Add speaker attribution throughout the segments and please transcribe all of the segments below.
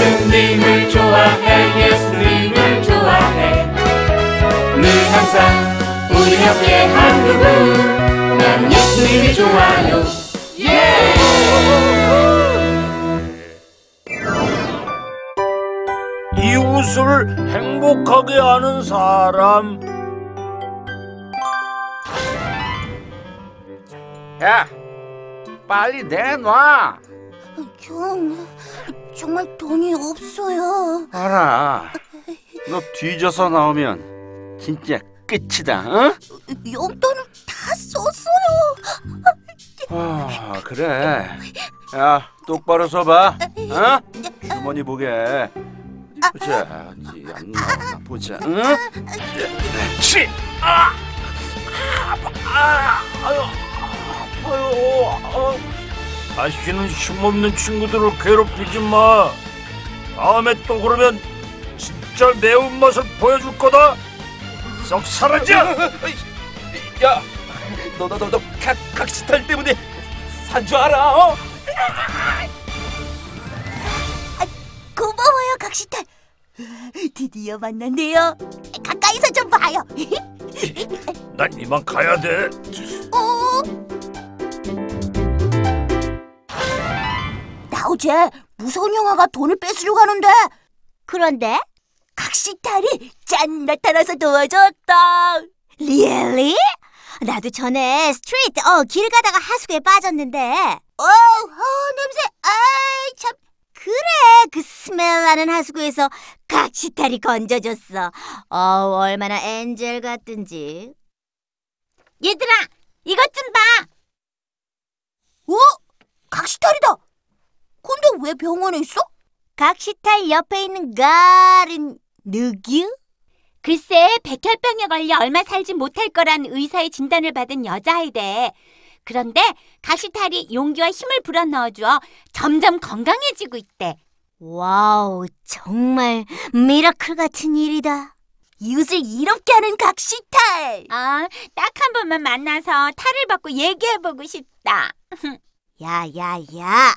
Speaker 1: 예수님을 좋아해 예수님을 좋아해 늘 항상 우리 옆에 한 그분 나는 예수님이 좋아요
Speaker 2: 이웃을 행복하게 하는 사람.
Speaker 3: 야, 빨리 내놔.
Speaker 4: 형, 정말 돈이 없어요.
Speaker 3: 알아. 너 뒤져서 나오면 진짜 끝이다. 응?
Speaker 4: 용돈을 다 썼어요.
Speaker 3: 아 그래. 야 똑바로 서봐. 어? 주머니 보게. 보자. 이안 나오나 보자. 응? 네,
Speaker 2: 치. 아. 아. 아. 아유. 아유. 아. 다시는 힘없는 친구들을 괴롭히지 마. 다음에 또 그러면 진짜 매운 맛을 보여줄 거다. 썩 사라져.
Speaker 5: 야, 너 너 너너 각시탈 때문에 산 줄 알아? 어?
Speaker 4: 아, 고마워요, 각시탈. 드디어 만났네요. 가까이서 좀 봐요.
Speaker 2: 난 이만 가야 돼.
Speaker 4: 어? 나 어제 무서운 영화가 돈을 뺏으려고 하는데 그런데 각시탈이 짠 나타나서 도와줬다 리얼리? 나도 전에 스트레이트 어길 가다가 하수구에 빠졌는데 어, 어 냄새 아이 참 그래 그 스멜 나는 하수구에서 각시탈이 건져줬어 어 얼마나 엔젤 같든지 얘들아 이것 좀 봐. 어? 각시탈이다. 근데 왜 병원에 있어? 각시탈 옆에 있는 가른 느규?
Speaker 6: 글쎄 백혈병에 걸려 얼마 살지 못할 거란 의사의 진단을 받은 여자아이대. 그런데 가시탈이 용기와 힘을 불어넣어주어 점점 건강해지고 있대.
Speaker 4: 와우, 정말 미라클 같은 일이다. 이웃을 이롭게 하는 각시탈.
Speaker 6: 아, 딱 한 번만 만나서 탈을 받고 얘기해보고 싶다.
Speaker 4: 야야야.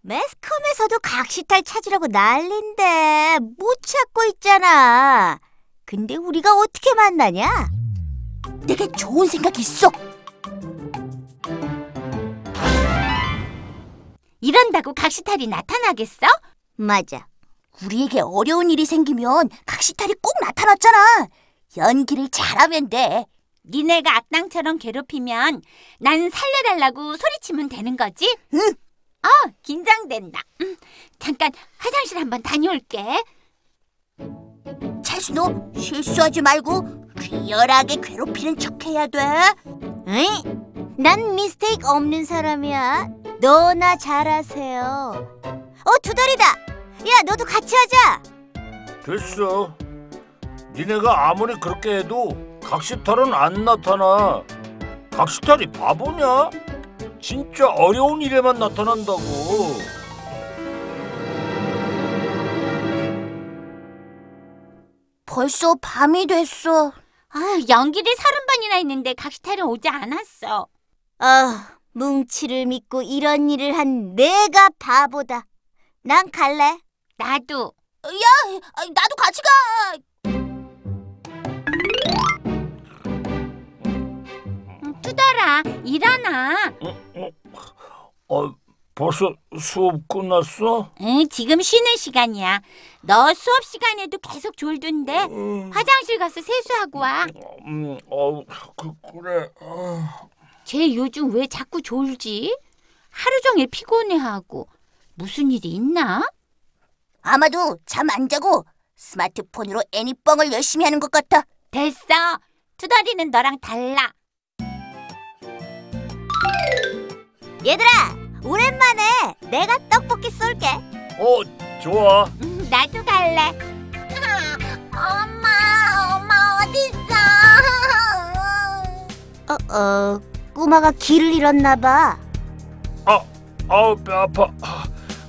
Speaker 4: 매스컴에서도 각시탈 찾으라고 난린데 못 찾고 있잖아. 근데 우리가 어떻게 만나냐? 내게 좋은 생각 있어.
Speaker 6: 이런다고 각시탈이 나타나겠어?
Speaker 4: 맞아. 우리에게 어려운 일이 생기면 각시탈이 꼭 나타났잖아. 연기를 잘하면 돼.
Speaker 6: 니네가 악당처럼 괴롭히면 난 살려달라고 소리치면 되는 거지?
Speaker 4: 응.
Speaker 6: 아, 긴장된다. 음, 잠깐 화장실 한번 다녀올게.
Speaker 4: 찰수 너 실수하지 말고 귀열하게 괴롭히는 척해야 돼. 응? 난 미스테이크 없는 사람이야. 너나 잘하세요. 어, 두 다리다. 야, 너도 같이 하자.
Speaker 2: 됐어. 니네가 아무리 그렇게 해도 각시탈은 안 나타나. 각시탈이 바보냐? 진짜 어려운 일에만 나타난다고.
Speaker 4: 벌써 밤이 됐어.
Speaker 6: 아, 연기를 서른 번이나 했는데 각시탈은 오지 않았어.
Speaker 4: 아, 뭉치를 믿고 이런 일을 한 내가 바보다. 난 갈래.
Speaker 6: 나도.
Speaker 4: 나도 같이 가.
Speaker 6: 음, 투덜아, 일어나.
Speaker 2: 어, 벌써 수업 끝났어?
Speaker 6: 응, 지금 쉬는 시간이야. 너 수업 시간에도 계속 졸던데.
Speaker 2: 음,
Speaker 6: 화장실 가서 세수하고 와.
Speaker 2: 음, 어, 그, 그래. 아,
Speaker 6: 쟤 요즘 왜 자꾸 졸지? 하루 종일 피곤해하고. 무슨 일이 있나?
Speaker 4: 아마도 잠 안 자고 스마트폰으로 애니뻥을 열심히 하는 것 같아.
Speaker 6: 됐어. 투덜이는 너랑 달라.
Speaker 4: 얘들아, 오랜만에 내가 떡볶이 쏠게.
Speaker 2: 어, 좋아.
Speaker 6: 음, 나도 갈래.
Speaker 4: 엄마, 엄마 어디 있어? 어, 어, 꼬마가 길을 잃었나 봐.
Speaker 2: 아, 아우, 배 아파. 아,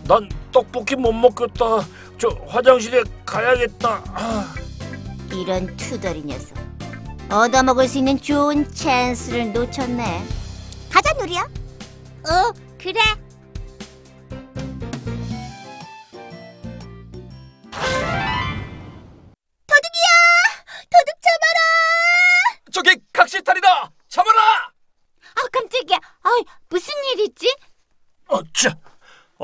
Speaker 2: 난 떡볶이 못 먹겠다. 저 화장실에 가야겠다. 아,
Speaker 4: 이런 투덜이 녀석. 얻어먹을 수 있는 좋은 찬스를 놓쳤네. 가자, 누리야. 어,
Speaker 6: 그래.
Speaker 4: 아,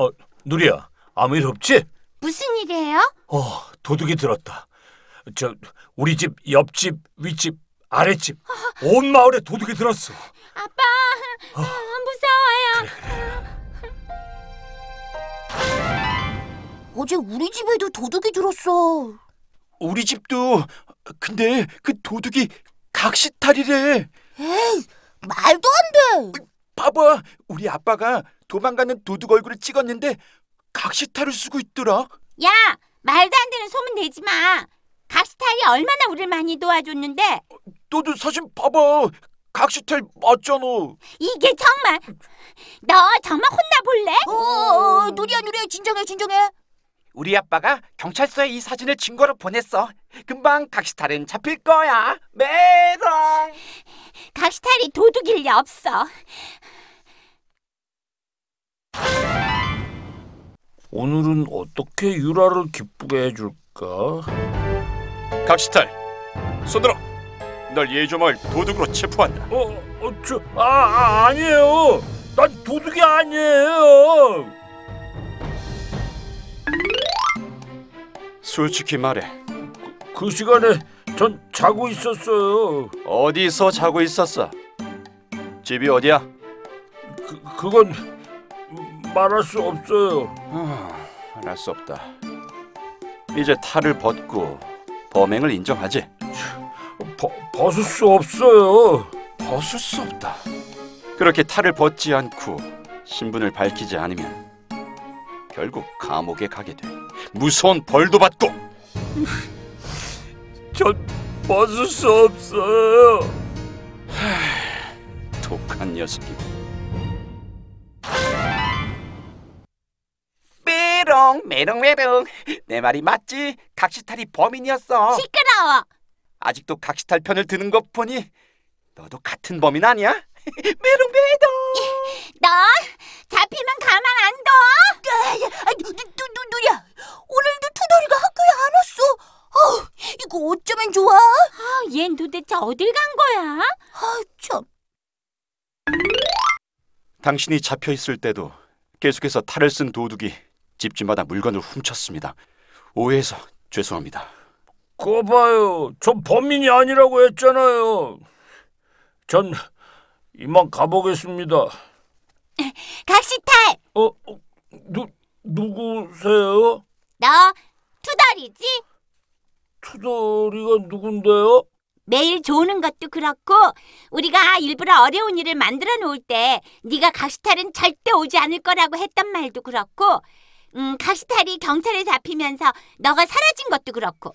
Speaker 2: 어, 누리야, 아무 일 없지?
Speaker 6: 무슨 일이에요?
Speaker 2: 어, 도둑이 들었다. 저 우리 집 옆집 윗집 아랫집 온 마을에 도둑이 들었어.
Speaker 6: 아빠 아, 무서워요.
Speaker 4: 어제 우리 집에도 도둑이 들었어.
Speaker 3: 우리 집도 근데 그 도둑이 각시탈이래.
Speaker 4: 말도 안 돼.
Speaker 3: 봐봐, 우리 아빠가 도망가는 도둑 얼굴을 찍었는데 각시탈을 쓰고 있더라.
Speaker 6: 야 말도 안 되는 소문 내지 마. 가시탈이 얼마나 우리를 많이 도와줬는데
Speaker 3: 너도 사진 봐봐. 각시탈 맞잖아.
Speaker 6: 이게 정말 너 정말 혼나 볼래?
Speaker 4: 어, 어, 어, 누리야 누리야 진정해 진정해.
Speaker 5: 우리 아빠가 경찰서에 이 사진을 증거로 보냈어. 금방 각시탈은 잡힐 거야. 메롱.
Speaker 6: 가시탈이 도둑일 리 없어.
Speaker 2: 오늘은 어떻게 유라를 기쁘게 해줄까?
Speaker 3: 각시탈, 손들어. 널 예조마을 도둑으로 체포한다.
Speaker 2: 어, 어, 저, 아, 아 아니에요. 난 도둑이 아니에요.
Speaker 3: 솔직히 말해,
Speaker 2: 그 시간에 전 자고 있었어요.
Speaker 3: 어디서 자고 있었어? 집이 어디야?
Speaker 2: 그, 그건 말할 수 없어요.
Speaker 3: 알 수 없다. 이제 탈을 벗고 범행을 인정하지.
Speaker 2: 버, 벗을 수 없어요.
Speaker 3: 벗을 수 없다. 그렇게 탈을 벗지 않고 신분을 밝히지 않으면 결국 감옥에 가게 돼. 무서운 벌도 받고.
Speaker 2: 전 벗을 수 없어요.
Speaker 3: 독한 녀석이.
Speaker 5: 메롱 메롱 메롱. 내 말이 맞지? 각시탈이 범인이었어.
Speaker 6: 시끄러워.
Speaker 5: 아직도 각시탈 편을 드는 것 보니 너도 같은 범인 아니야? 메롱 메롱.
Speaker 6: 너 잡히면 가만 안 둬.
Speaker 4: 아, 야, 아, 누, 누, 누, 누리야 오늘도 투덜이가 학교에 안 왔어. 아, 이거 어쩌면 좋아?
Speaker 6: 아, 얜 도대체 어딜 간 거야?
Speaker 4: 아, 참.
Speaker 3: 당신이 잡혀 있을 때도 계속해서 탈을 쓴 도둑이 집집마다 물건을 훔쳤습니다. 오해해서 죄송합니다.
Speaker 2: 거 봐요. 전 범인이 아니라고 했잖아요. 전 이만 가보겠습니다.
Speaker 6: 각시탈,
Speaker 2: 어, 어, 누, 누구세요?
Speaker 6: 너 투덜이지?
Speaker 2: 투덜이가 누군데요?
Speaker 6: 매일 조는 것도 그렇고 우리가 일부러 어려운 일을 만들어 놓을 때 네가 각시탈은 절대 오지 않을 거라고 했던 말도 그렇고 음, 각시탈이 경찰에 잡히면서 너가 사라진 것도 그렇고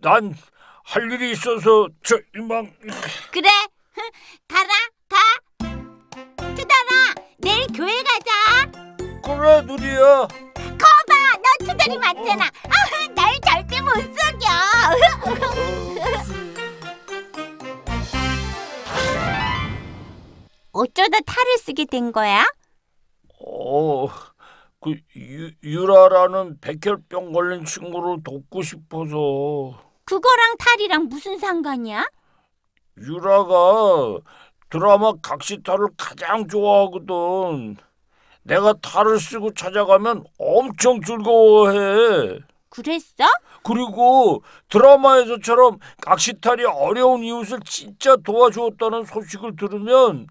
Speaker 2: 난 할 일이 있어서 저 이만
Speaker 6: 그래 흥, 가라 가 투덜아 내일 교회 가자
Speaker 2: 그래 누리야.
Speaker 6: 거봐 너 어, 투덜이 맞잖아 아, 날 절대 못 속여 어쩌다 탈을 쓰게 된 거야?
Speaker 2: 어, 그 유, 유라라는 백혈병 걸린 친구를 돕고 싶어서
Speaker 6: 그거랑 탈이랑 무슨 상관이야?
Speaker 2: 유라가 드라마 각시탈을 가장 좋아하거든. 내가 탈을 쓰고 찾아가면 엄청 즐거워해.
Speaker 6: 그랬어?
Speaker 2: 그리고 드라마에서처럼 각시탈이 어려운 이웃을 진짜 도와주었다는 소식을 들으면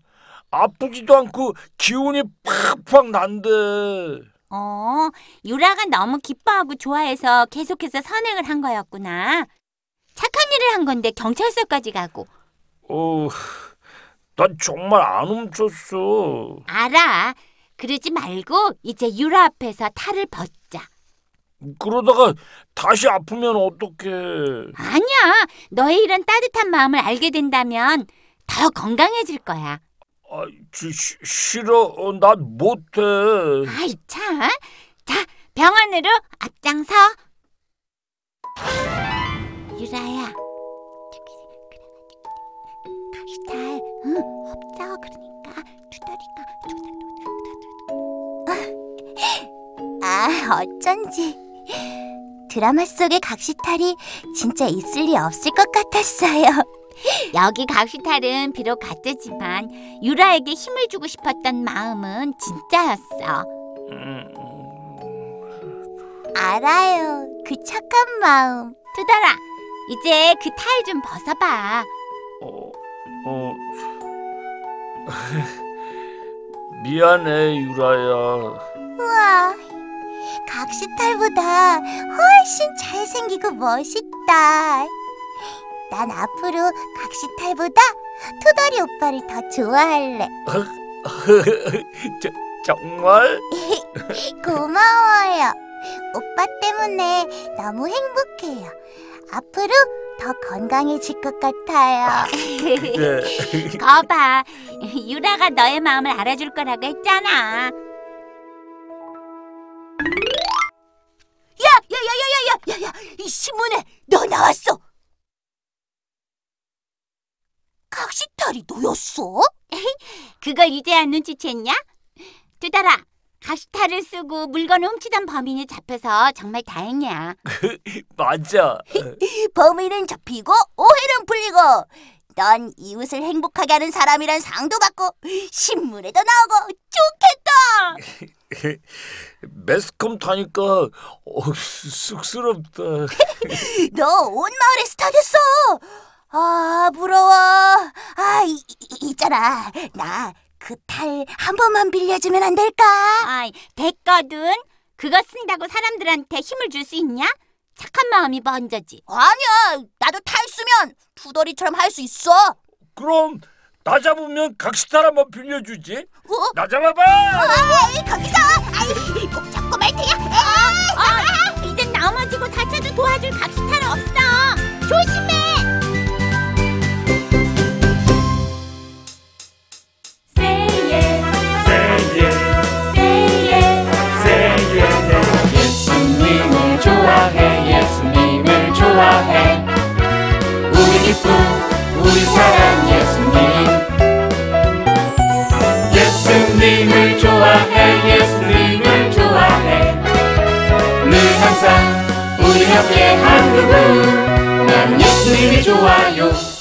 Speaker 2: 아프지도 않고 기운이 팍팍 난대.
Speaker 6: 어, 유라가 너무 기뻐하고 좋아해서 계속해서 선행을 한 거였구나. 착한 일을 한 건데 경찰서까지 가고.
Speaker 2: 어, 난 정말 안 훔쳤어.
Speaker 6: 알아. 그러지 말고 이제 유라 앞에서 탈을 벗자.
Speaker 2: 그러다가 다시 아프면 어떡해.
Speaker 6: 아니야. 너의 이런 따뜻한 마음을 알게 된다면 더 건강해질 거야.
Speaker 2: 아, 지, 시- 싫어. 어, 난 못해.
Speaker 6: 아이 참. 자, 병원으로 앞장서. 유라야. 가시탈. 아, 응, 없어. 그러니까 두다리가
Speaker 4: 아, 어쩐지. 드라마 속의 각시탈이 진짜 있을 리 없을 것 같았어요.
Speaker 6: 여기 가시탈은 비록 가짜지만 유라에게 힘을 주고 싶었던 마음은 진짜였어.
Speaker 4: 알아요. 그 착한 마음.
Speaker 6: 두달아, 이제 그 탈 좀 벗어봐.
Speaker 2: 어, 어. 미안해 유라야.
Speaker 4: 우와, 각시탈보다 훨씬 잘생기고 멋있다. 난 앞으로 각시탈보다 투덜이 오빠를 더 좋아할래.
Speaker 2: 저, 정말?
Speaker 4: 고마워요. 오빠 때문에 너무 행복해요. 앞으로 더 건강해질 것 같아요.
Speaker 2: 네.
Speaker 6: 거봐, 유라가 너의 마음을 알아줄 거라고 했잖아.
Speaker 4: 야야야야야야야야! 이 신문에 너 나왔어. 각시탈이 너였어?
Speaker 6: 그걸 이제야 눈치챘냐? 두달아, 가시타를 쓰고 물건을 훔치던 범인이 잡혀서 정말 다행이야.
Speaker 2: 맞아.
Speaker 4: 범인은 잡히고 오해는 풀리고 넌 이웃을 행복하게 하는 사람이란 상도 받고 신문에도 나오고 좋겠다.
Speaker 2: 매스컴 타니까 어, 쑥스럽다.
Speaker 4: 너 온 마을의 스타 됐어. 아 부러워. 아 이, 이- 있잖아 나 그 탈 한 번만 빌려주면 안 될까?
Speaker 6: 아이, 됐거든. 그거 쓴다고 사람들한테 힘을 줄 수 있냐? 착한 마음이 먼저지.
Speaker 4: 아니야 나도 탈 쓰면 투덜이처럼 할 수 있어.
Speaker 2: 그럼 나 잡으면 각시탈 한번 빌려주지.
Speaker 4: 어?
Speaker 2: 나 잡아봐.
Speaker 4: 아이 거기서 아이 꼭 잡고 말 테야. 아, 에이.
Speaker 6: 어, 이젠 넘어지고 다쳐도 도와줄 각시탈 없어. 조심해.
Speaker 1: 예수님을 좋아해 예수님을 좋아해 우리 기쁨 우리 사랑 예수님 예수님을 좋아해 예수님을 좋아해 늘 항상 우리 옆에 한 그분 난 예수님이 좋아요